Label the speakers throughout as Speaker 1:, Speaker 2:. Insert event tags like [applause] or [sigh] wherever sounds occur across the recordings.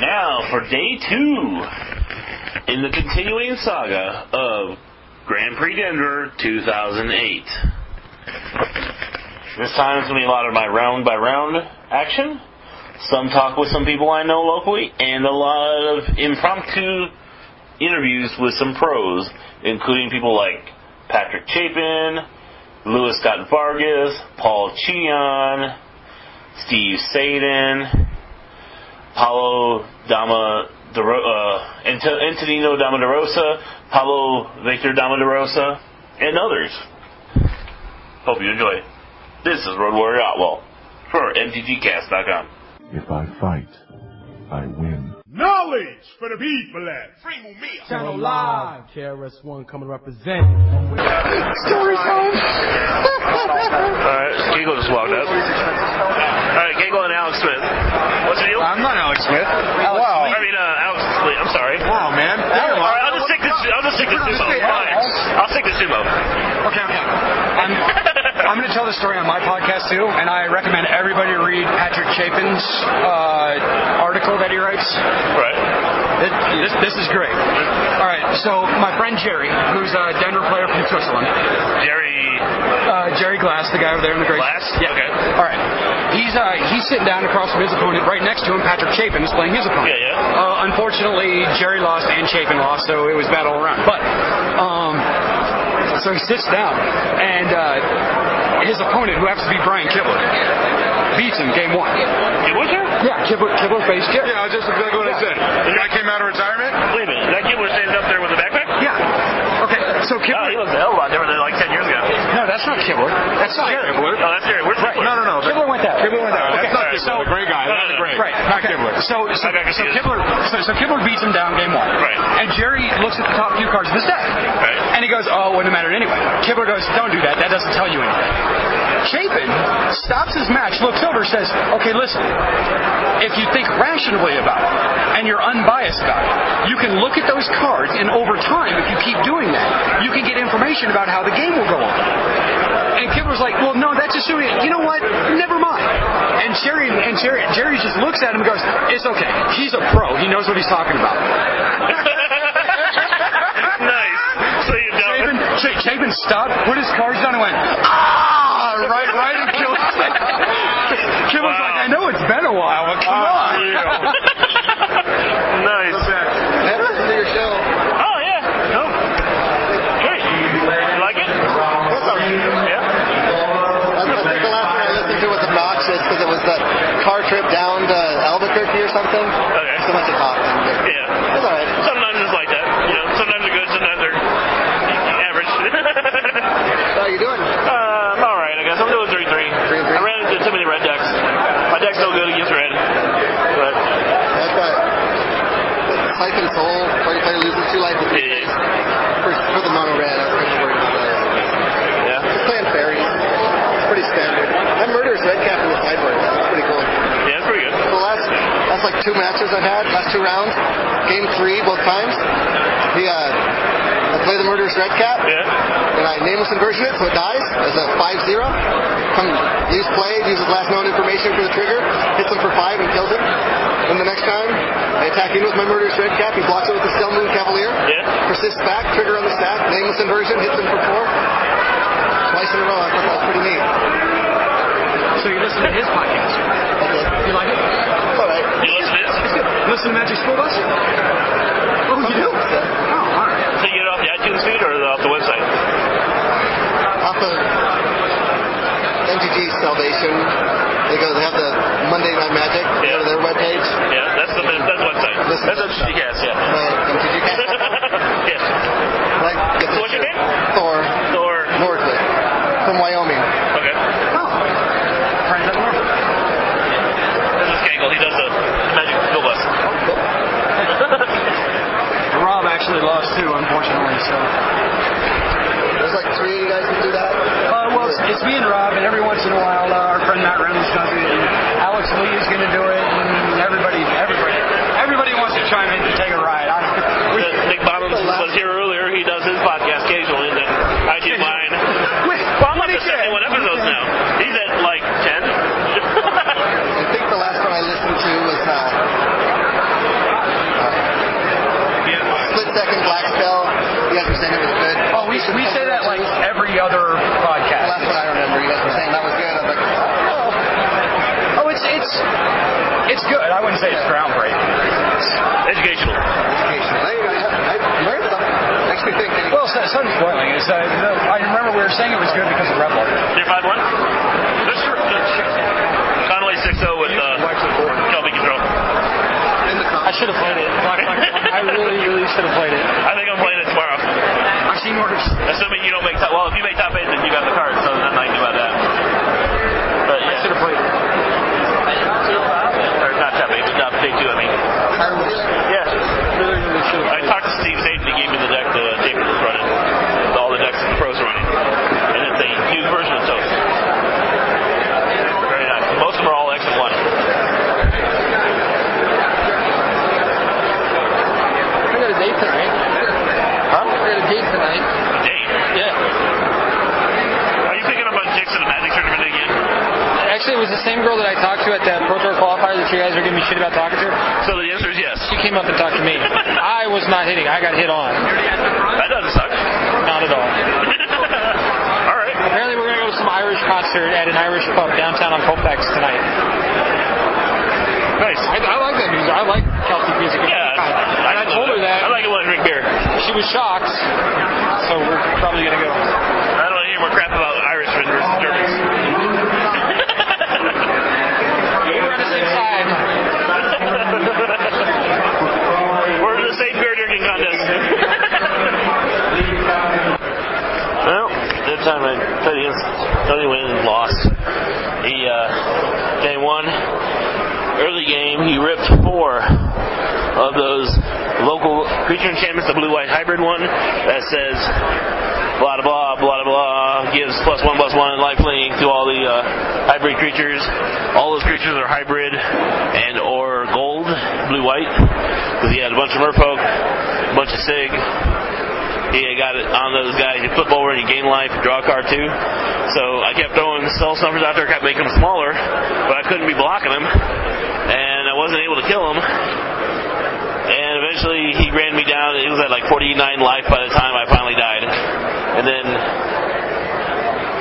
Speaker 1: Now for day two in the continuing saga of Grand Prix Denver 2008. This time it's going to be a lot of my round by round action, some talk with some people I know locally, and a lot of impromptu interviews with some pros, including people like Patrick Chapin, Louis Scott Vargas, Paul Cheon, Steve Sadin, Paulo Dama De Ro- uh, Ant- Antonino Dama De Rosa, Paulo Victor Dama De Rosa, and others. Hope you enjoy. it. This is Road Warrior Outlaw for MTGcast.com.
Speaker 2: If I fight, I win.
Speaker 3: Knowledge for the people, lad.
Speaker 4: Channel Live. KRS One coming to
Speaker 1: [laughs]
Speaker 4: represent.
Speaker 1: Alright, Giggle just walked up. Alright, Giggle and Alex Smith. What's the deal?
Speaker 5: I'm not Alex Smith.
Speaker 1: I
Speaker 5: wow.
Speaker 1: mean, uh, Alex Smith, I'm sorry.
Speaker 5: Wow, man. Damn,
Speaker 1: All right,
Speaker 5: I-
Speaker 1: I'll just take this. I'll just take this sumo. Fine. I'll take the sumo.
Speaker 5: Okay, okay. I'm, I'm going to tell the story on my podcast too, and I recommend everybody read Patrick Chapin's uh, article that he writes.
Speaker 1: Right.
Speaker 5: It, this, this is great. All right, so my friend Jerry, who's a Denver player from Switzerland,
Speaker 1: Jerry
Speaker 5: uh, Jerry Glass, the guy over there in the gray.
Speaker 1: Glass.
Speaker 5: Yeah.
Speaker 1: Okay.
Speaker 5: All right. He's uh, he's sitting down across from his opponent. Right next to him, Patrick Chapin is playing his opponent.
Speaker 1: Yeah, yeah.
Speaker 5: Uh, unfortunately, Jerry lost and Chapin lost, so it was bad all around. But um, so he sits down, and uh, his opponent, who happens to be Brian Kibler, beats him game one.
Speaker 1: It was there?
Speaker 5: Yeah, Kibler, Kibler faced Jerry.
Speaker 3: Yeah, just exactly what I said. The guy came out of retirement.
Speaker 1: Wait a minute. That kid was standing up there with a backpack.
Speaker 5: Yeah. Okay.
Speaker 1: Oh,
Speaker 3: Ah,
Speaker 5: So Kibler.
Speaker 1: he looks a hell of a lot different than like ten years ago.
Speaker 5: No, that's not Kibler. That's not
Speaker 1: Jerry.
Speaker 5: Kibler.
Speaker 1: Oh, that's Jerry. Where's
Speaker 5: Right.
Speaker 1: Kibler?
Speaker 5: No, no, no. Kibler went that. Kibler went that.
Speaker 3: That's
Speaker 5: Okay.
Speaker 3: not Kibler,
Speaker 5: So-
Speaker 3: the gray guy.
Speaker 1: No,
Speaker 3: That's
Speaker 1: no,
Speaker 3: the
Speaker 1: no.
Speaker 3: gray.
Speaker 5: Right.
Speaker 3: Not
Speaker 5: okay.
Speaker 3: Kibler.
Speaker 5: So so,
Speaker 1: I got
Speaker 5: so
Speaker 1: confused.
Speaker 5: Kibler so, so Kibler beats him down game one.
Speaker 1: Right.
Speaker 5: And Jerry looks at the top few cards of his deck.
Speaker 1: Right.
Speaker 5: And he goes, Oh, it wouldn't have mattered anyway. Kibler goes, Don't do that, that doesn't tell you anything. Chapin stops his match, looks over, says, Okay, listen, if you think rationally about it and you're unbiased about it, you can look at those cards and over time, if you keep doing that, you can get information about how the game will go on. And Kibler's like, well, no, that's assuming. You know what? Never mind. And Jerry and Jerry Jerry just looks at him and goes, it's okay. He's a pro. He knows what he's talking about.
Speaker 1: nice. So you
Speaker 5: Chapin,
Speaker 1: don't.
Speaker 5: Ch- Chapin stopped, put his cards down, and went, ah, right, right, and killed [laughs] his Kibler's
Speaker 1: Wow.
Speaker 5: like, I know it's been a while, but come on.
Speaker 1: Oh, nice. Oh yeah. No. Great. You like it? Yeah.
Speaker 6: The last one I listened to was obnoxious because it was the car trip down to Albuquerque or something.
Speaker 1: Okay.
Speaker 6: So much talking. but
Speaker 1: Yeah.
Speaker 6: It was alright.
Speaker 1: Sometimes it's like that. You know, sometimes they're good, sometimes they're average. [laughs]
Speaker 6: So how you doing?
Speaker 1: uh, I'm alright, I guess. I'm doing 3 3. I ran into too many red decks. My deck's no good against red. But,
Speaker 6: That's right. Siphon Soul, where you play losing two life with
Speaker 1: yeah,
Speaker 6: for, for the mono red. I was kind of worried about that.
Speaker 1: yeah.
Speaker 6: Just playing fairies. It's pretty standard. That murderer's red cap in the sideboard. That's pretty cool.
Speaker 1: Yeah, it's pretty good.
Speaker 6: The last, last like two matches I've had, last two rounds, game three both times. He, uh, I play the murderer's red cap.
Speaker 1: Yeah.
Speaker 6: and I nameless inversion it, so it dies as a 5 0. Come use play, use his last known information for the trigger, hits him for 5 and kills him. And the next time, I attack in with my murderous red cap, he blocks it with the Steel Moon Cavalier,
Speaker 1: Yeah.
Speaker 6: persists back, trigger on the stack, nameless inversion, hits him for 4. Twice in a row, I thought that was pretty neat.
Speaker 5: So you listen to his podcast. You like it?
Speaker 6: It's alright.
Speaker 1: You listen to this?
Speaker 5: Listen to Magic School Bus? Oh, you do? Oh, all right.
Speaker 1: So you get it off the iTunes feed or off the website?
Speaker 6: Off the MTG Salvation, they go, they have the Monday Night Magic, they go to their webpage,
Speaker 1: Yeah, that's the that's website.
Speaker 6: Listen.
Speaker 1: That's MTG Cast, yeah. [laughs]
Speaker 6: right? MTG
Speaker 1: yeah.
Speaker 6: Like, get the
Speaker 1: What's your name?
Speaker 6: Thor.
Speaker 1: Or,
Speaker 6: Norwood from Wyoming.
Speaker 1: okay.
Speaker 5: Oh. Friends at Norfolk.
Speaker 1: This is Kangle. He does the Magic School Bus.
Speaker 5: Rob actually lost too, unfortunately. So,
Speaker 6: There's like three of you guys that do that.
Speaker 5: uh, well, it's, it's me and Rob, and every once in a while, uh, our friend Matt Reynolds does it, and Alex Lee is going to do it, and everybody, everybody, everybody wants to chime in to take a ride. I don't, we,
Speaker 1: Uh, Nick Bonham was here earlier. He does his podcast occasionally, and then I do mine.
Speaker 5: Wait,
Speaker 1: well, I'm up
Speaker 5: what
Speaker 1: to
Speaker 5: did you-
Speaker 1: 71 episodes now. He's at like [laughs] 10.
Speaker 6: I think the last one I listened to was uh, Oh,
Speaker 7: Oh,
Speaker 5: I wouldn't say it's groundbreaking.
Speaker 1: Educational.
Speaker 6: Education. I, I, I learned something. Makes me think. Anyway.
Speaker 5: Well, so, sudden spoiling is. Uh, the, I remember we were saying it was good because of Rebel.
Speaker 1: Deer 5 1? Conway 6 0 with uh, Kelby Control.
Speaker 6: In the
Speaker 7: I
Speaker 6: comments.
Speaker 7: should have played
Speaker 5: [laughs]
Speaker 7: it. I really, really should have played it.
Speaker 1: I think I'm playing it tomorrow.
Speaker 5: I've seen worse.
Speaker 1: Assuming you don't make top. Well, if you make top 8, then you got the card, so there's nothing I can do about that. But
Speaker 7: I should
Speaker 1: yeah.
Speaker 7: have played it.
Speaker 1: Or not top 8, but top 8 2, I mean. Yeah.
Speaker 7: Really, really should have
Speaker 1: I
Speaker 7: played it.
Speaker 1: talked to Steve Zayton. He gave me the deck the Jacob was running. All the decks that the pros are running. And it's a huge version of Toast. Very nice. Most of them are all X and 1.
Speaker 7: We got a date tonight. Huh? We got a date tonight.
Speaker 1: Dang.
Speaker 7: Yeah.
Speaker 1: Are you picking up on Jake's in the Magic Tournament again?
Speaker 7: Actually, it was the same girl that I talked to at the Pro Tour qualifier that you guys were giving me shit about talking to.
Speaker 1: So the answer is yes.
Speaker 7: She came up and talked to me. I was not hitting. I got hit on.
Speaker 1: That doesn't suck. [laughs]
Speaker 7: Not at all.
Speaker 1: all right.
Speaker 7: Apparently, we're gonna go to some Irish concert at an Irish pub downtown on Colfax tonight.
Speaker 1: Nice.
Speaker 7: I, I like that music. I like Celtic music. of
Speaker 1: Yeah.
Speaker 7: any kind. and I told her
Speaker 1: I
Speaker 7: that.
Speaker 1: like it when I drink beer. I
Speaker 7: She was shocked. So we're probably gonna go.
Speaker 1: don't want to hear more crap about Irishmen versus Germans.
Speaker 7: We're on the same side.
Speaker 1: We're in the same beer drinking contest. well, that time I Tony, Tony went and lost. He uh, game one, early game, he ripped four of those local creature enchantments, the blue white hybrid one that says blah da, blah blah da, blah gives plus one plus one lifelink to all the uh, hybrid creatures. All those creatures are hybrid and or gold, blue white, because he had a bunch of merfolk, a bunch of sig. He had got it on those guys. You flip over and you gain life, you draw a card too. So I kept throwing cell stuffers out there, kept making them smaller, but I couldn't be blocking them, and I wasn't able to kill them. And eventually he ran me down. It was at like 49 life by the time I finally died. And then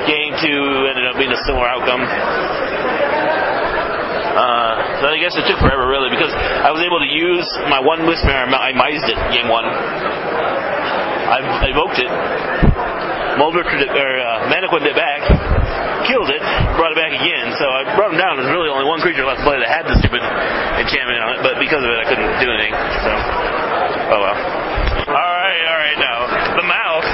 Speaker 1: game two ended up being a similar outcome. Uh, so I guess it took forever, really, because I was able to use my one Wismare. I mised it game one. I evoked it. Mulder tr- or uh, Mannequin did back, killed it, brought it back again. So I brought him down. There's really only one creature left to play that had the stupid enchantment on it, but because of it, I couldn't do anything. So, oh well. All right, all right. Now the mouth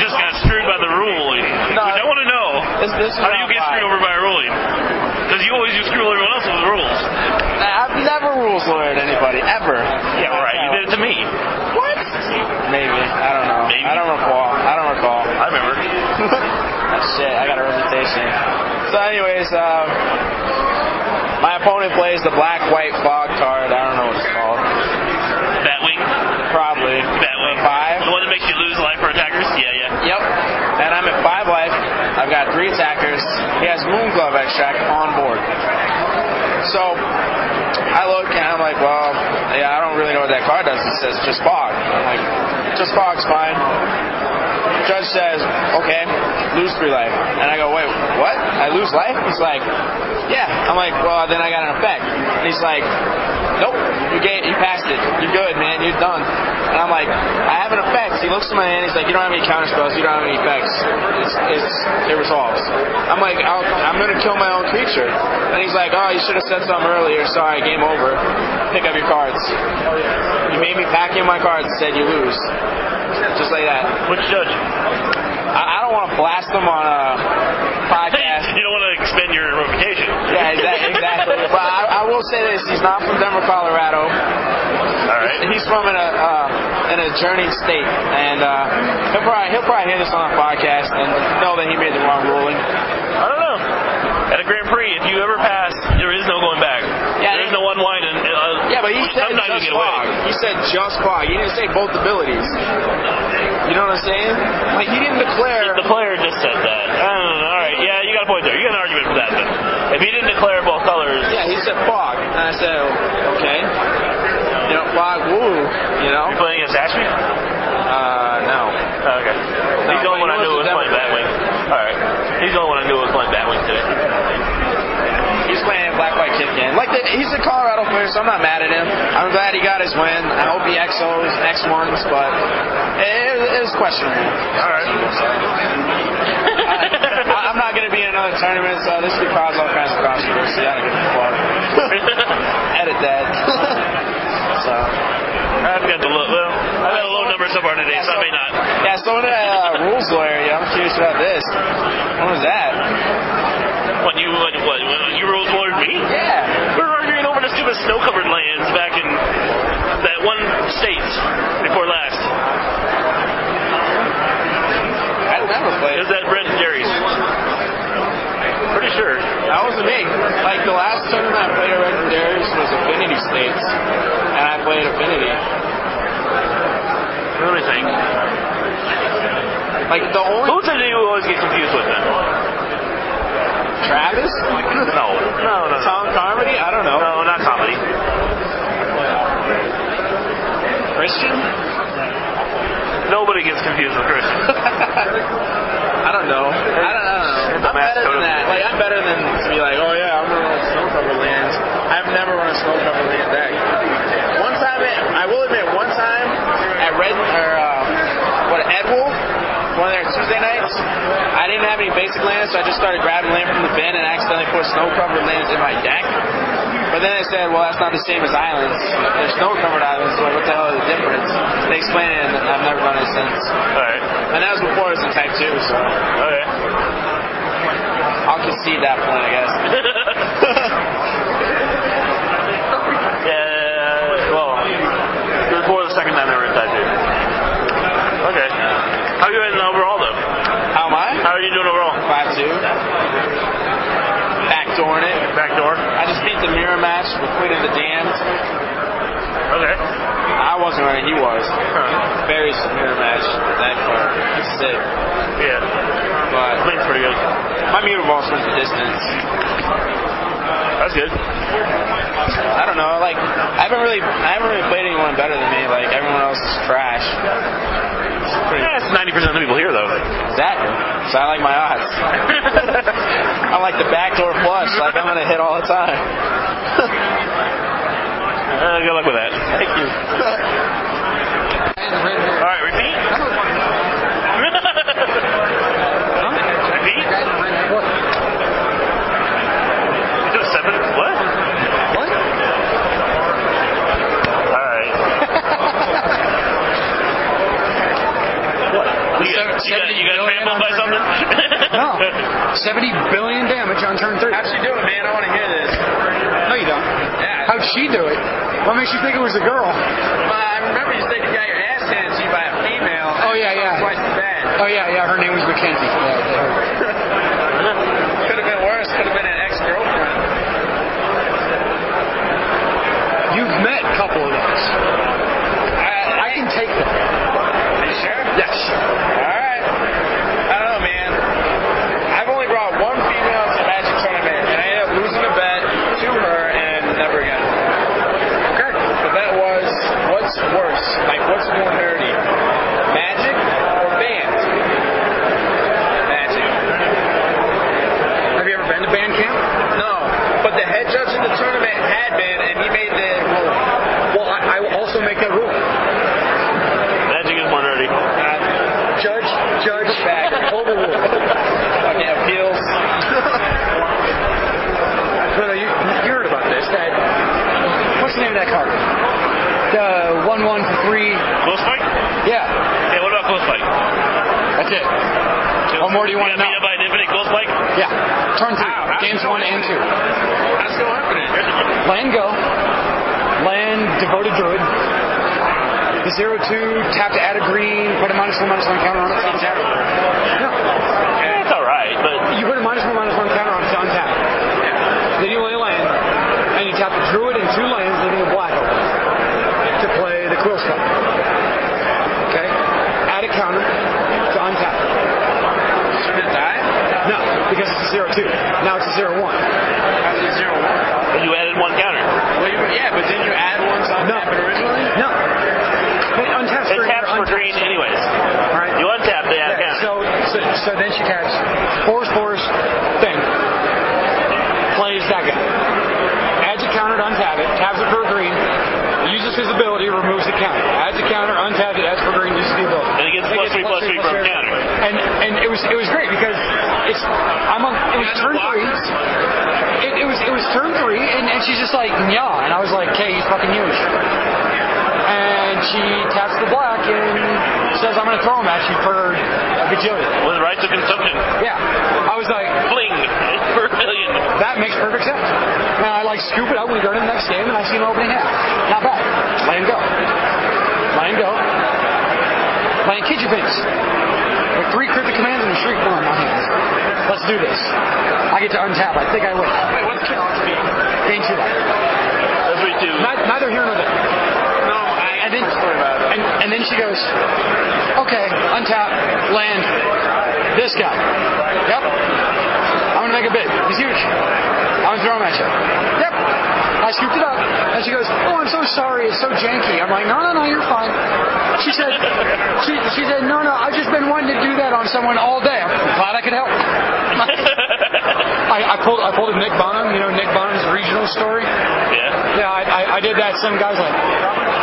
Speaker 1: just got screwed by the ruling.
Speaker 7: No.
Speaker 1: Which I want to know.
Speaker 7: This, this is
Speaker 1: How do you
Speaker 7: round
Speaker 1: get
Speaker 7: five.
Speaker 1: screwed over by a ruling? Because you always just screw everyone else with the rules.
Speaker 7: I've never rules lawyered anybody ever.
Speaker 1: Yeah, all right. You did it to me. What?
Speaker 7: Maybe I don't know.
Speaker 1: Maybe.
Speaker 7: I don't recall. I don't recall.
Speaker 1: I remember.
Speaker 7: [laughs] Shit, I got a reputation. So, anyways, um, my opponent plays the black white fog card. I don't know what it's called.
Speaker 1: Batwing.
Speaker 7: Probably.
Speaker 1: Batwing.
Speaker 7: Five.
Speaker 1: The one that makes you lose life for attackers. Yeah, yeah.
Speaker 7: Yep. And I'm at five life. I've got three attackers. He has Moon Glove extract on board. So I look and I'm like, well, yeah, I don't really know what that card does. It says just fog. I'm like, just fog's fine. Judge says, okay, lose three life. And I go, wait, what? I lose life? He's like, yeah. I'm like, well, then I got an effect. And he's like, nope, you get, you passed it. You're good, man. You're done. And I'm like, I have an effect. He looks at my hand. He's like, you don't have any counter spells. You don't have any effects. It's, it's, it resolves. I'm like, I'll, I'm gonna kill my own creature. And he's like, oh, you should have said something earlier. Sorry, game over. Pick up your cards. You made me pack in my cards. and Said you lose. Just like that.
Speaker 1: Which judge? [laughs]
Speaker 7: I, I don't want to blast them on a podcast.
Speaker 1: you don't want to expend your reputation.
Speaker 7: yeah, exactly.
Speaker 1: [laughs]
Speaker 7: exactly. But I, I will say this: he's not from Denver, Colorado.
Speaker 1: All right.
Speaker 7: He's from an, uh, uh, an adjourning state, and uh, he'll probably he'll probably hear this on a podcast and know that he made the wrong ruling.
Speaker 1: I don't know. At a Grand Prix, if you ever pass, there is no going back.
Speaker 7: Yeah,
Speaker 1: There's no unwinding. Uh,
Speaker 7: Yeah, but he said
Speaker 1: sometimes you
Speaker 7: just
Speaker 1: get away.
Speaker 7: fog. He said just fog. He didn't say both abilities. You know what I'm saying? Like he didn't declare.
Speaker 1: The player just said that. I don't know. All right. Yeah, you got a point there. You got an argument for that. But if he didn't declare both colors,
Speaker 7: Yeah, he said fog, and I said okay. You know, fog. Woo. You know.
Speaker 1: you're playing against Ashby.
Speaker 7: Uh, no.
Speaker 1: Oh, okay. He's the only one I knew was playing Batwing. All right. He's the only one I knew was playing Batwing today.
Speaker 7: He's playing black white kick in. Like the, he's a Colorado player, so I'm not mad at him. I'm glad he got his win. I hope he XOs and X ones, but it, it was questionable. All right. I, I'm not going to be in another tournament, so this could cause all kinds of controversy. I don't give a fuck.
Speaker 1: [laughs]
Speaker 7: Edit that. so.
Speaker 1: I've got the low. Well, I've got a low number so far today, so I may not.
Speaker 7: Yeah, so in that uh, rules lawyer, yeah, I'm curious about this. When was that?
Speaker 1: When you when, what, when you rolled toward me,
Speaker 7: Yeah.
Speaker 1: we were arguing over the stupid snow-covered lands back in that one state before last.
Speaker 7: I never
Speaker 1: It
Speaker 7: played.
Speaker 1: was at Brett and Jerry's. Pretty sure.
Speaker 7: That wasn't me. Like the last tournament I played at Red and Darius was Affinity States, and I played Affinity.
Speaker 1: Let me think.
Speaker 7: Like the only
Speaker 1: Who's the dude you always get confused with then?
Speaker 7: Travis, [laughs]
Speaker 1: No. No, no, no.
Speaker 7: Tom Carmody, I don't know.
Speaker 1: No, not comedy.
Speaker 7: Christian, [laughs]
Speaker 1: Nobody gets confused with Christian.
Speaker 7: I don't know. I don't, I don't
Speaker 1: It's a
Speaker 7: know. I'm
Speaker 1: mass
Speaker 7: better
Speaker 1: code of-
Speaker 7: than that. Like I'm better than to be like, oh yeah, I'm gonna run snow cover lands. I've never run a snow cover land deck. One time, at, I will admit, one time at Red or uh, what Edwell, one of their Tuesday nights, I didn't have any basic lands, so I just started grabbing land from the bin and accidentally put snow covered lands in my deck. But then they said, well, that's not the same as islands. They're snow covered islands, so what the hell is the difference? They explained it, and I've never done it since.
Speaker 1: Alright.
Speaker 7: And that was before it was in Type 2, so.
Speaker 1: Okay. [laughs]
Speaker 7: I'll concede that point, I guess.
Speaker 1: Yeah, well, it was more the second time they were in tattoo. Okay. How you doing overall, though?
Speaker 7: How am I?
Speaker 1: How are you doing overall?
Speaker 7: 5 2. Backdooring it.
Speaker 1: Back door.
Speaker 7: I just beat the mirror match with Queen of the Damned.
Speaker 1: Okay.
Speaker 7: I wasn't running, he was.
Speaker 1: Huh.
Speaker 7: Very mirror match with that card. That's sick.
Speaker 1: Yeah. I
Speaker 7: But
Speaker 1: think it's pretty good.
Speaker 7: my mirror balls went the distance.
Speaker 1: That's good.
Speaker 7: I don't know, like I haven't really I haven't really played anyone better than me, like everyone else is trash. It's pretty
Speaker 1: Yeah, it's 90% of the people here, though.
Speaker 7: Exactly. So I like my odds. [laughs] I like the backdoor flush, like I'm gonna hit all the time.
Speaker 1: Uh, good luck with that. Thank you. All right, repeat. [laughs] repeat. You took seven. What? All right. What? You got, you got, you got trampled by something?
Speaker 5: No. 70 billion damage on turn three.
Speaker 7: How's she doing, man? I want to hear this.
Speaker 5: No, you don't.
Speaker 7: Yeah.
Speaker 5: How'd she do it? What makes you think it was a girl?
Speaker 7: Well, I remember you said you got your ass handed to you by a female.
Speaker 5: Oh, yeah, yeah.
Speaker 7: Twice as bad.
Speaker 5: Oh, yeah, yeah, her name was Mackenzie. Yeah, that hurt.
Speaker 7: Could have been worse. Could have been an ex-girlfriend.
Speaker 5: You've met a couple of those. I can take them.
Speaker 7: Are you sure?
Speaker 5: Yes.
Speaker 7: All right. I don't know, man. I've only brought one female to Magic tournament, and I ended up losing a bet to her and never again. Okay. The bet was, what's worse? Like, what's more nerdy? Magic or band? Magic.
Speaker 5: Have you ever been to band camp?
Speaker 7: No, but the head judge of the tournament had been, and he made the rule.
Speaker 5: Well, I, I will also make that
Speaker 1: [laughs]
Speaker 5: rule.
Speaker 1: Magic is more nerdy.
Speaker 5: Judge, judge,
Speaker 7: Back.
Speaker 5: overruled.
Speaker 7: Fucking appeals.
Speaker 5: No, no, you, you heard about this. That what's the name of that card? The one one three.
Speaker 1: Close fight?
Speaker 5: Yeah,
Speaker 1: Yeah, what about close fight?
Speaker 5: that's it. What more do you want to
Speaker 1: got
Speaker 5: know?
Speaker 1: beat up by an infinite close fight?
Speaker 5: Yeah, turn three,
Speaker 7: Wow, how's
Speaker 5: games
Speaker 7: it
Speaker 5: one
Speaker 7: going?
Speaker 5: and two.
Speaker 7: That's still happening.
Speaker 5: Land go, land devoted druid. The zero two tap to add a green, put a minus one minus one counter on it. It's
Speaker 7: terrible.
Speaker 5: No,
Speaker 1: Yeah, it's alright, but
Speaker 5: you put a minus one minus one counter on it. It's untapped. Then you lay a land, and you tap the druid and two lands, leaving a black open to play the quill spell. Okay, add a counter to untap.
Speaker 7: Should it die?
Speaker 5: No, because it's a zero two. Now it's a zero one.
Speaker 7: How's it zero one?
Speaker 1: you added one counter.
Speaker 7: Well, you, yeah, but didn't you add one to
Speaker 5: No.
Speaker 7: untap it originally?
Speaker 5: No, it untaps
Speaker 1: It
Speaker 5: for
Speaker 1: taps for green anyways.
Speaker 5: All right.
Speaker 1: You untap, they add
Speaker 5: Yeah,
Speaker 1: counter.
Speaker 5: so, so so then she taps force force thing. Plays that guy. three, and, and she's just like, yeah. And I was like, okay, he's fucking huge. And she taps the black and says, I'm going to throw him at you for a bajillion.
Speaker 1: With right to consumption.
Speaker 5: Yeah. I was like,
Speaker 1: Fling. [laughs] For a million.
Speaker 5: that makes perfect sense. And I like scoop it up. We go to the next game, and I see an opening half. Not bad. Let him go. Let him go. Let him kid your face. With three cryptic commands and a shriek blow in my hands. Let's do this. I get to untap. I think I win.
Speaker 7: Wait, what's Challenge B?
Speaker 5: Gain two life.
Speaker 1: That's what we do.
Speaker 5: Not, neither here nor there.
Speaker 7: No,
Speaker 5: And
Speaker 7: I
Speaker 5: then,
Speaker 7: Sorry about that.
Speaker 5: and, and then she goes, okay, untap, land, this guy. Yep. I'm going to make it big. He's huge. I'm going to throw him at you. Yep. I scooped it up. And she goes, oh, I'm so sorry. It's so janky. I'm like, no, no, no, you're fine. She said, she, she said, no, no, I've just been wanting to do that on someone all day. I'm glad I could help. I, I pulled I pulled a Nick Bonham, you know, Nick Bonham's regional
Speaker 1: [laughs]
Speaker 5: story.
Speaker 1: yeah.
Speaker 5: Yeah, I, I, I did that. Some guy's like,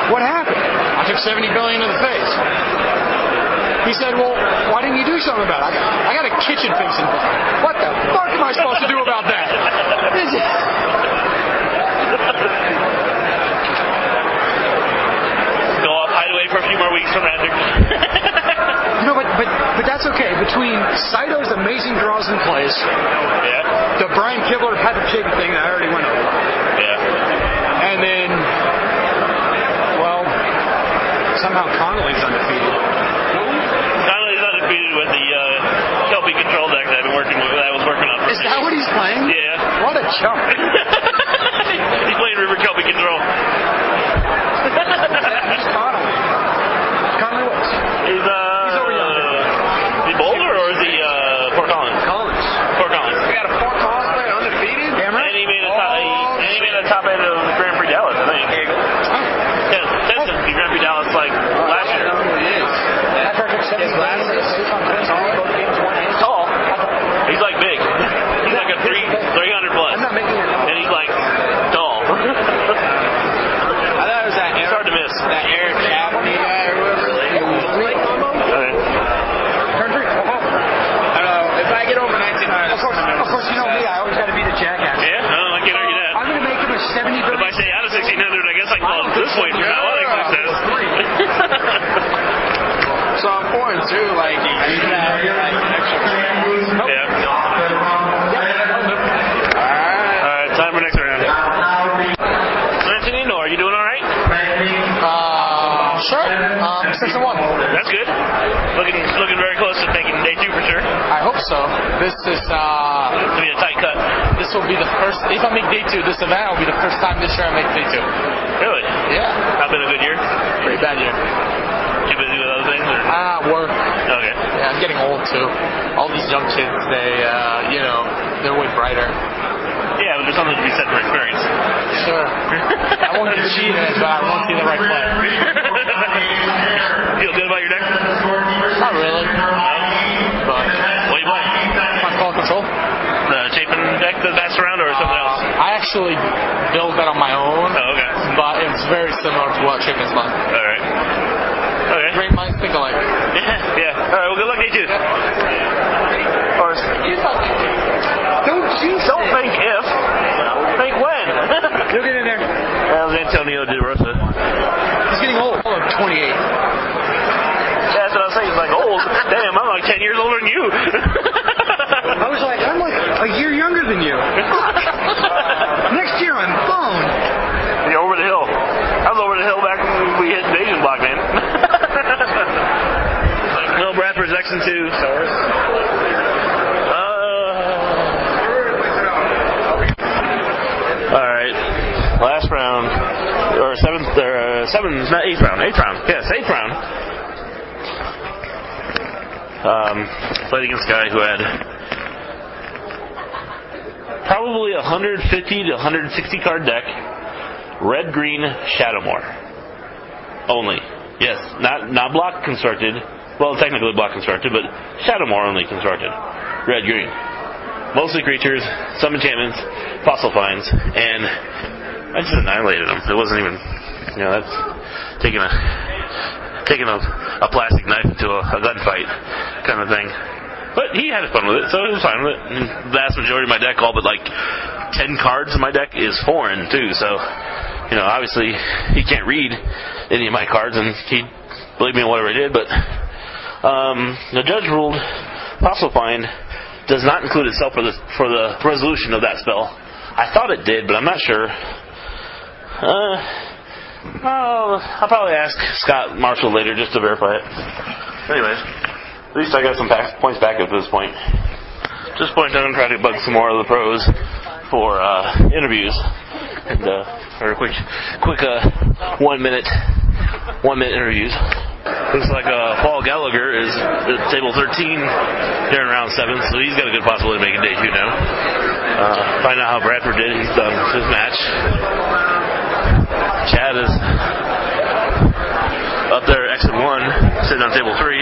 Speaker 5: what happened? I took 70 billion to the face. He said, well, why didn't you do something about it? I got, I got a kitchen face involved. What the fuck am I supposed to do about that? It's-
Speaker 1: Go off, hide away for a few more weeks from
Speaker 5: [laughs]
Speaker 1: Magic.
Speaker 5: No, but, but, but that's okay. Between Saito's amazing draws and plays,
Speaker 1: yeah.
Speaker 5: the Brian Kibler Patrick Chicken thing that I already went over,
Speaker 1: Yeah.
Speaker 5: and then, well, somehow Connolly's undefeated.
Speaker 1: Connolly's undefeated with the uh, Kelpie control deck that I've been working with. That I was working on. For
Speaker 5: Is that what he's playing?
Speaker 1: Yeah. [laughs]
Speaker 5: What a chump.
Speaker 1: He's playing River Kelpie control.
Speaker 5: Who's Connolly? Connolly Woods.
Speaker 1: He's uh.
Speaker 5: He's over yonder.
Speaker 1: Is he Boulder or is he uh, Fort Collins?
Speaker 5: Collins.
Speaker 1: Fort Collins.
Speaker 7: We got a four Collins player undefeated. Oh,
Speaker 5: Damn
Speaker 1: And he made
Speaker 5: right.
Speaker 1: a top. and he made a top eight of Grand Prix Dallas, I think.
Speaker 5: Oh,
Speaker 1: Yeah, that's the Grand Prix Dallas like last year.
Speaker 7: I don't know who he is.
Speaker 5: Patrick took
Speaker 7: His
Speaker 5: 17
Speaker 7: glasses.
Speaker 5: points.
Speaker 1: He's tall. He's like big. He's like a three, 300 plus.
Speaker 5: I'm not making it up.
Speaker 1: And he's like
Speaker 5: [laughs]
Speaker 1: tall.
Speaker 7: I thought it was that Eric.
Speaker 1: hard to miss.
Speaker 7: That Eric Abney guy or whatever.
Speaker 5: Turn three. Of
Speaker 7: I don't know. If I get over 1900,
Speaker 5: course, of course, you know me. I always got to be the jackass.
Speaker 1: yeah, I don't know, I can't argue that.
Speaker 5: I'm going to make him a 70
Speaker 1: If I
Speaker 5: billion.
Speaker 1: say out of 1600, I guess I can call it this point. You're not allowed to call this. [laughs]
Speaker 7: So I'm four and two. Like, I need that. You're like, extra
Speaker 5: Nope.
Speaker 1: Yeah.
Speaker 7: Alright.
Speaker 1: Alright, time for next round. So, Anthony, no, are you doing alright?
Speaker 5: Uh, sure. Um, six and one.
Speaker 1: That's good. Looking looking very close to making day two for sure. It's
Speaker 5: I hope so. This is uh,
Speaker 1: gonna be a tight cut.
Speaker 5: this will be the first. If I make day two, this event will be the first time this year I make day two.
Speaker 1: Really?
Speaker 5: Yeah.
Speaker 1: Not been a good year?
Speaker 5: Pretty bad year.
Speaker 1: Too busy with other things? Or?
Speaker 5: Ah, work.
Speaker 1: Okay.
Speaker 5: Yeah, I'm getting old too. All these young kids, they, uh, you know, they're way brighter.
Speaker 1: Yeah, but there's something to be said for experience.
Speaker 5: Sure. [laughs] I won't get cheated, but I won't see the right play.
Speaker 1: [laughs] Feel good about your deck?
Speaker 5: Not really.
Speaker 1: What
Speaker 5: But
Speaker 1: are you playing?
Speaker 5: my ball control.
Speaker 1: The Chapin deck the last round or something else?
Speaker 5: Uh, I actually built that on my own,
Speaker 1: Oh, okay.
Speaker 5: but it's very similar to what Chicken's like.
Speaker 1: Alright. Okay.
Speaker 5: Great minds think alike.
Speaker 1: [laughs] Yeah, yeah. Alright, well, good luck, day two. Or,
Speaker 5: Don't you?
Speaker 1: don't think if, think when.
Speaker 5: You'll get in there.
Speaker 1: [laughs] that was Antonio De Rosa.
Speaker 5: He's getting old. Oh, I'm 28.
Speaker 1: Yeah, that's what I was saying. He's like, old. Damn, I'm like 10 years older than you. [laughs]
Speaker 5: I was like, I'm like a year younger than [laughs] you. Next year I'm boned.
Speaker 1: You're over the hill. I was over the hill back when we hit the Asian block, man. [laughs] no, Bradford's X and 2. Sorry. Uh, all right. Last round. Or seventh, or uh, seventh, not eighth round. Eighth round. Yes, eighth round. Um, played against a guy who had probably 150 to 160 card deck. Red Green Shadowmoor. Only. Yes, not not block constructed. Well, technically block constructed, but Shadowmoor only constructed. Red Green. Mostly creatures, some enchantments, fossil finds, and I just annihilated them. It wasn't even, you know, that's taking a taking a, a plastic knife into a, a gunfight kind of thing. But he had fun with it, so it was fine with it. And the vast majority of my deck, all but like top ten cards in my deck is foreign too. So, you know, obviously he can't read any of my cards, and he believed me in whatever I did. But um, the judge ruled possible fine does not include itself for the for the resolution of that spell. I thought it did, but I'm not sure. Uh, I'll, I'll probably ask Scott Marshall later just to verify it. Anyways, at least I got some back, points back at this point. Just point out and try to bug some more of the pros for uh, interviews and uh, or quick quick uh, one minute one minute interviews. Looks like uh, Paul Gallagher is at table 13 here in round seven, so he's got a good possibility of making day two now. Uh, find out how Bradford did. He's done his match. Chad is up there, exit one, sitting on table three.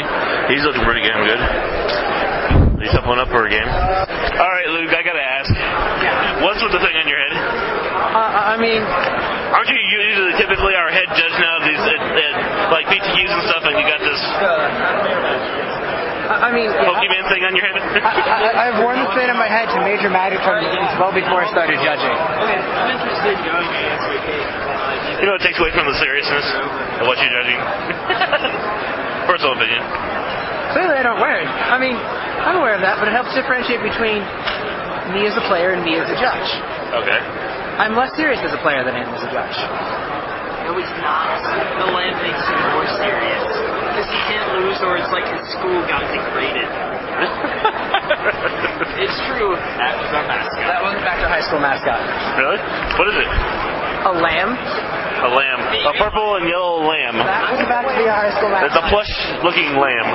Speaker 1: He's looking pretty damn good. He's up one up for a game. All right, Luke, I gotta ask, what's with the thing on your head?
Speaker 5: Uh, I, I mean,
Speaker 1: Aren't you usually typically our head judge now? of These at, at, like BTUs and stuff, and you got this
Speaker 5: I I mean, yeah,
Speaker 1: Pokemon thing on your head. [laughs]
Speaker 5: I, I, I've worn this thing on my head to major magnetism since well before I started judging.
Speaker 1: you know, it takes away from the seriousness of what you're judging. Personal opinion.
Speaker 5: Clearly, I don't wear it. I mean, I'm aware of that, but it helps differentiate between me as a player and me as a judge.
Speaker 1: Okay.
Speaker 5: I'm less serious as a player than I am as a judge.
Speaker 8: No, he's not. The land makes him more serious. Because he can't lose, or it's like his school got degraded. it's true. That was our mascot.
Speaker 5: That was back to high school mascot.
Speaker 1: Really? What is it?
Speaker 5: A lamb.
Speaker 1: A lamb. A purple and yellow lamb.
Speaker 5: That was back to be a high school
Speaker 1: It's a
Speaker 5: mascot.
Speaker 1: plush-looking lamb,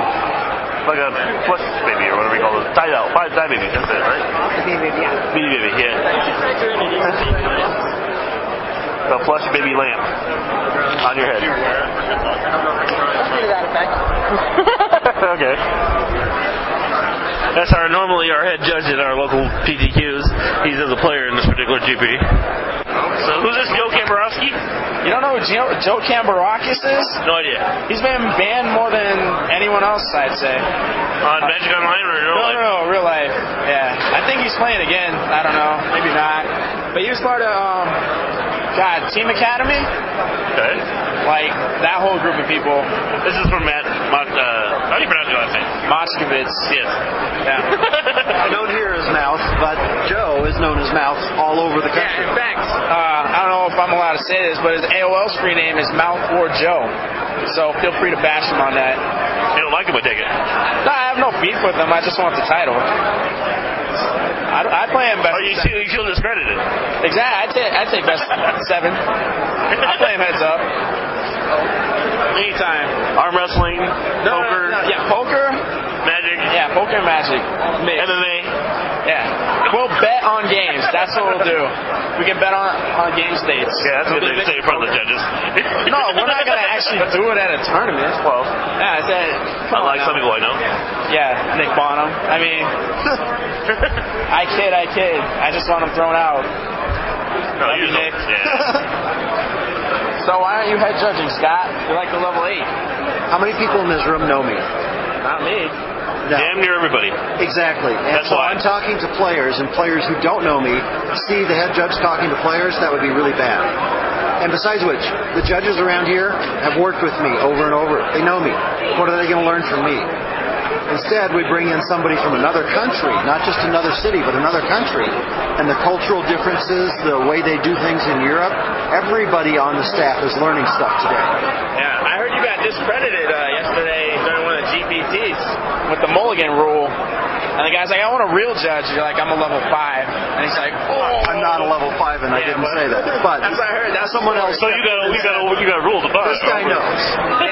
Speaker 1: like a plush baby or whatever you call it. Tie out, tie tie baby. That's it, right?
Speaker 5: Yeah.
Speaker 1: Baby baby, yeah. A plush baby lamb on your head.
Speaker 5: Something to that effect.
Speaker 1: [laughs] okay. That's our normally our head judge at our local PTQs. He's as a player in this particular GP. So who's this Joe Kamborowski?
Speaker 7: You don't know who Joe, Joe Cambarakis is?
Speaker 1: No idea.
Speaker 7: He's been banned more than anyone else, I'd say.
Speaker 1: On Magic Online or no?
Speaker 7: No, no, no, real life. Yeah. I think he's playing again. I don't know. Maybe not. But he was part of, um, God, Team Academy?
Speaker 1: Okay.
Speaker 7: Like, that whole group of people.
Speaker 1: This is from Matt. Matt uh, how do you pronounce your last name?
Speaker 7: Moskovitz.
Speaker 1: [laughs] Yes.
Speaker 7: Yeah.
Speaker 1: I
Speaker 6: don't hear his mouth, but Joe is known as mouth all over the
Speaker 7: Yeah, in
Speaker 6: country.
Speaker 7: fact, uh, I don't know if I'm allowed to say this, but his AOL screen name is Mouth War Joe. So feel free to bash him on that.
Speaker 1: They don't like him, I take it.
Speaker 7: No, I have no beef with him. I just want the title. I, I play him best.
Speaker 1: Oh, you feel you feel discredited.
Speaker 7: Exactly. I'd say, I'd say best seven. I play him heads up. Anytime.
Speaker 1: Arm wrestling,
Speaker 7: No, no,
Speaker 1: poker,
Speaker 7: no, no. Yeah, poker.
Speaker 1: magic,
Speaker 7: Yeah, poker and magic. Mix.
Speaker 1: MMA.
Speaker 7: Yeah. We'll bet on games. That's what we'll do. We can bet on, on game states.
Speaker 1: Yeah, that's what
Speaker 7: We'll
Speaker 1: they
Speaker 7: do mixed
Speaker 1: say in front of the [laughs] judges.
Speaker 7: No, we're not going to
Speaker 1: [laughs]
Speaker 7: actually do it at a tournament. Well, yeah, it's at, come on
Speaker 1: Unlike
Speaker 7: now.
Speaker 1: some people I know.
Speaker 7: Yeah, Nick Bonham. I
Speaker 1: [laughs]
Speaker 7: mean, I kid, I kid. I just want him thrown out.
Speaker 1: No,
Speaker 7: Love
Speaker 1: you
Speaker 7: you,
Speaker 1: know.
Speaker 7: Nick.
Speaker 1: Yeah. [laughs]
Speaker 7: So why aren't you head judging, Scott? You're like the level eight.
Speaker 6: How many people in this room know me?
Speaker 7: Not me.
Speaker 6: No.
Speaker 1: Damn near everybody.
Speaker 6: Exactly. And
Speaker 1: That's
Speaker 6: so
Speaker 1: why.
Speaker 6: I'm talking to players, and players who don't know me see the head judge talking to players. That would be really bad. And besides which, the judges around here have worked with me over and over. They know me. What are they going to learn from me? Instead, we bring in somebody from another country, not just another city, but another country. And the cultural differences, the way they do things in Europe, everybody on the staff is learning stuff today.
Speaker 7: Yeah, I heard you got discredited uh, yesterday during one of the GPTs with the Mulligan rule. And the guy's like, I want a real judge. You're like, I'm a level five. And he's like, Oh,
Speaker 6: I'm not a level five, and I
Speaker 7: Yeah,
Speaker 6: didn't
Speaker 7: but-
Speaker 6: say that.
Speaker 7: [laughs]
Speaker 6: But
Speaker 7: That's what I heard. That's
Speaker 6: someone else.
Speaker 1: So you got you got you got rules about
Speaker 6: This guy knows.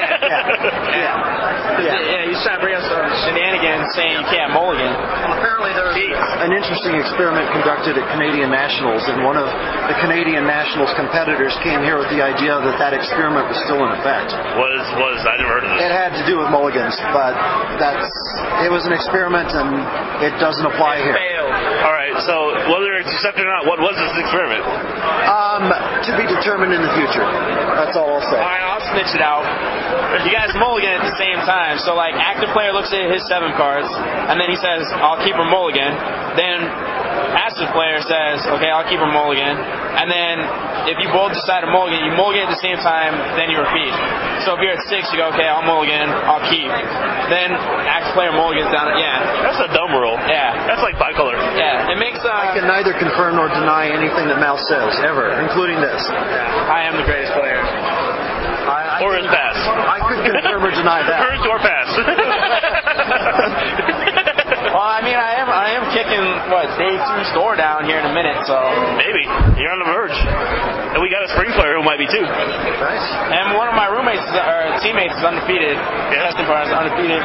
Speaker 7: [laughs]
Speaker 6: Yeah. Yeah.
Speaker 7: Yeah,
Speaker 6: yeah.
Speaker 7: yeah he's trying to bring up some shenanigans saying you can't Mulligan.
Speaker 6: Apparently, there was an interesting experiment conducted at Canadian Nationals, and one of the Canadian Nationals competitors came here with the idea that that experiment was still in effect.
Speaker 1: What is what is I never heard of
Speaker 6: It
Speaker 1: this.
Speaker 6: had to do with mulligans, but that's it was an experiment, and it doesn't apply here.
Speaker 1: All right, so whether it's accepted or not, what was this experiment?
Speaker 6: Um, to be determined in the future.
Speaker 9: That's all I'll say.
Speaker 7: All right, I'll snitch it out. You guys mulligan at the same time. So, like, active player looks at his seven cards, and then he says, I'll keep her mulligan. Then, passive player says, okay, I'll keep her mulligan. And then, if you both decide to mulligan, you mulligan at the same time, then you repeat. So, if you're at six, you go, okay, I'll mulligan, I'll keep. Then, active player mulligans down, yeah.
Speaker 1: That's a dumb rule.
Speaker 7: Yeah.
Speaker 1: That's like bicolor.
Speaker 7: Yeah, it makes, uh,
Speaker 9: I can neither confirm nor deny anything that Mal says, ever, including this.
Speaker 7: I am the greatest player.
Speaker 9: I, I
Speaker 1: Or his
Speaker 9: can-
Speaker 1: pass.
Speaker 9: I could confirm or deny
Speaker 6: [laughs]
Speaker 9: that.
Speaker 1: Current or pass.
Speaker 7: Well, I mean, I am, I am kicking, what, day two's door down here in a minute, so.
Speaker 1: [laughs] Maybe. You're on the verge. And we got a spring player who might be too.
Speaker 9: Nice.
Speaker 7: And one of my roommates is, or teammates is undefeated.
Speaker 1: Yeah.
Speaker 7: Justin Barnes is undefeated.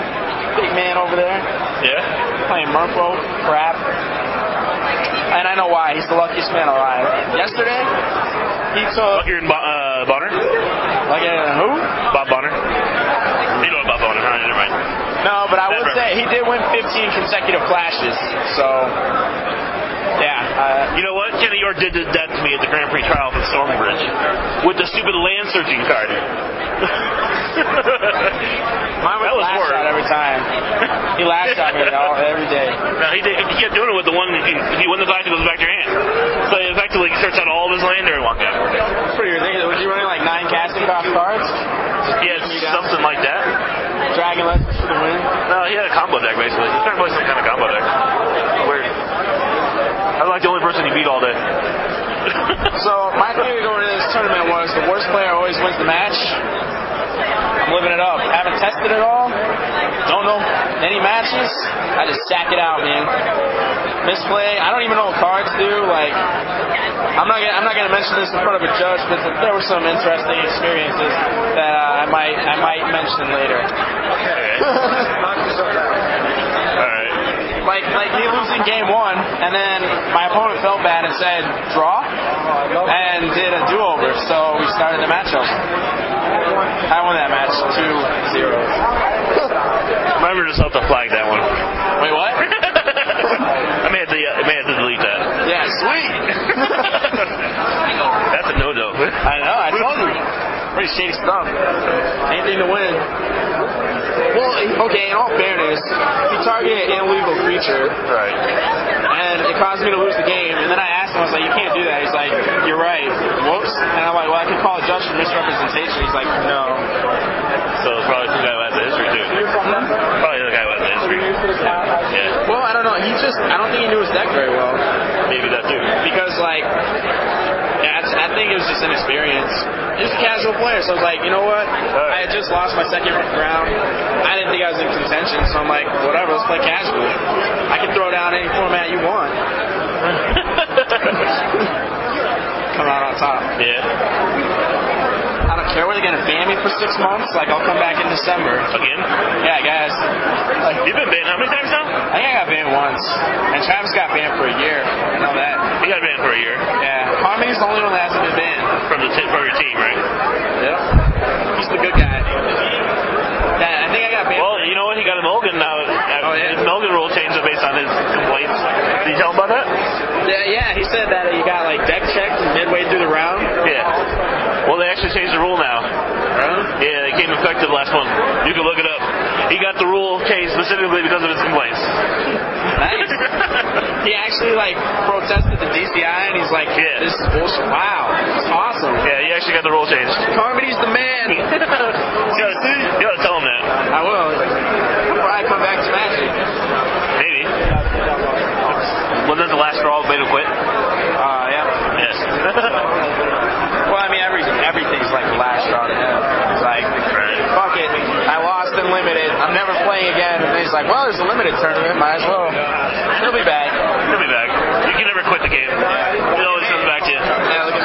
Speaker 7: Big man over there
Speaker 1: Yeah.
Speaker 7: playing Murpo crap. And I know why. He's the luckiest man alive. Yesterday, he took
Speaker 1: Buckier and Bo- uh, Bonner.
Speaker 7: like a who?
Speaker 1: Bob Bonner. You know Bob Bonner, huh? Never mind.
Speaker 7: No, but I
Speaker 1: That
Speaker 7: would say he did win 15 consecutive flashes. So yeah, uh,
Speaker 1: You know what? Kenny York did that to me at the Grand Prix trial at Stormbridge with the stupid land searching card.
Speaker 7: [laughs] mine
Speaker 1: That
Speaker 7: was
Speaker 1: was
Speaker 7: lash
Speaker 1: worse.
Speaker 7: shot every time. He lash shot me all, every day.
Speaker 1: no, he, did, he kept doing it with the one. He, he won the glass, it goes back to your hand. So he effectively searched out all of his land during walked out.
Speaker 7: That's pretty ridiculous. Was you running like nine casting off cards?
Speaker 1: Yeah, something like that.
Speaker 7: Dragon Lust for the win.
Speaker 1: No, he had a combo deck basically. He's trying to play some kind of combo deck. Weird. I was like the only person he beat all
Speaker 7: [laughs]
Speaker 1: day. [laughs]
Speaker 7: So my theory going into this tournament was the worst player always wins the match. I'm living it up. Haven't tested it all. Don't know any matches. I just sack it out, man. Misplay. I don't even know what cards do. Like, I'm not gonna, I'm not gonna mention this in front of a judge, but there were some interesting experiences that uh, I might I might mention later.
Speaker 1: Alright.
Speaker 7: Like like me losing game one, and then my opponent felt bad and said draw, and did a do over. So we started the matchup. I won that match 2-0.
Speaker 1: Remember just have to flag that one.
Speaker 7: Wait, what?
Speaker 1: I may have to, I may have to delete that.
Speaker 7: Yeah, sweet.
Speaker 1: [laughs] That's a no no.
Speaker 7: I know. I told you. Pretty shady stuff. Anything to win. Well, in- okay. In all fairness, he targeted an illegal creature.
Speaker 1: Right.
Speaker 7: and it caused me to lose the game. And then I asked him, I was like, you can't do that. He's like, you're right. Whoops. And I'm like, well, I can call a judge for misrepresentation. He's like, no.
Speaker 1: So it's probably the guy who has the history too. Probably the guy who has the history. Yeah.
Speaker 7: Well, I don't know. He just, I don't think he knew his deck very well.
Speaker 1: Maybe that too.
Speaker 7: Because, like, yeah, I, I think it was just inexperience. He was a casual player, so I was like, you know what? I had just lost my second round. I didn't think I was in contention, so I'm like, whatever, let's play casual. I can throw down any format you want. Come out on top.
Speaker 1: [laughs] Yeah.
Speaker 7: I don't care. Were they gonna ban me for six months? Like I'll come back in December.
Speaker 1: Again?
Speaker 7: Yeah, guys. Like,
Speaker 1: You've been banned how many times now?
Speaker 7: I think I got banned once, and Travis got banned for a year. I know that.
Speaker 1: You got banned for a year.
Speaker 7: Yeah, Harmony's the only one that hasn't been banned.
Speaker 1: From the t- from your team, right?
Speaker 7: Yep. He's the good guy. Yeah, I think I got banned.
Speaker 1: Well, you know what? He got a Mulligan now.
Speaker 7: Oh, yeah.
Speaker 1: His Mulligan rule changed based on his complaints. Did you tell him about that?
Speaker 7: yeah, yeah, he said that he got like deck checked midway through the round.
Speaker 1: Yeah. Well, they actually changed the rule now.
Speaker 7: Round?
Speaker 1: Yeah, it came effective last month. You can look it up. He got the rule changed specifically because of his complaints.
Speaker 7: [laughs] Nice. he actually like protested the DCI, and he's like,
Speaker 1: Yeah.
Speaker 7: "This is bullshit." Wow, it's awesome.
Speaker 1: Yeah, he actually got the rule changed. [laughs]
Speaker 7: Harmony's the man.
Speaker 1: You gotta, you gotta tell him that.
Speaker 7: I will. Before I come back to Magic.
Speaker 1: Maybe. Wasn't that the last straw that made him quit? [laughs]
Speaker 7: Uh, yeah.
Speaker 1: Yes.
Speaker 7: Well, I mean, every, everything's like the last straw to him. It's like, fuck it. I lost in limited. I'm never playing again. And then he's like, well, there's a limited tournament. Might as well. He'll be back.
Speaker 1: He'll be back. You can never quit the game. It always comes back to you.
Speaker 7: Yeah, look at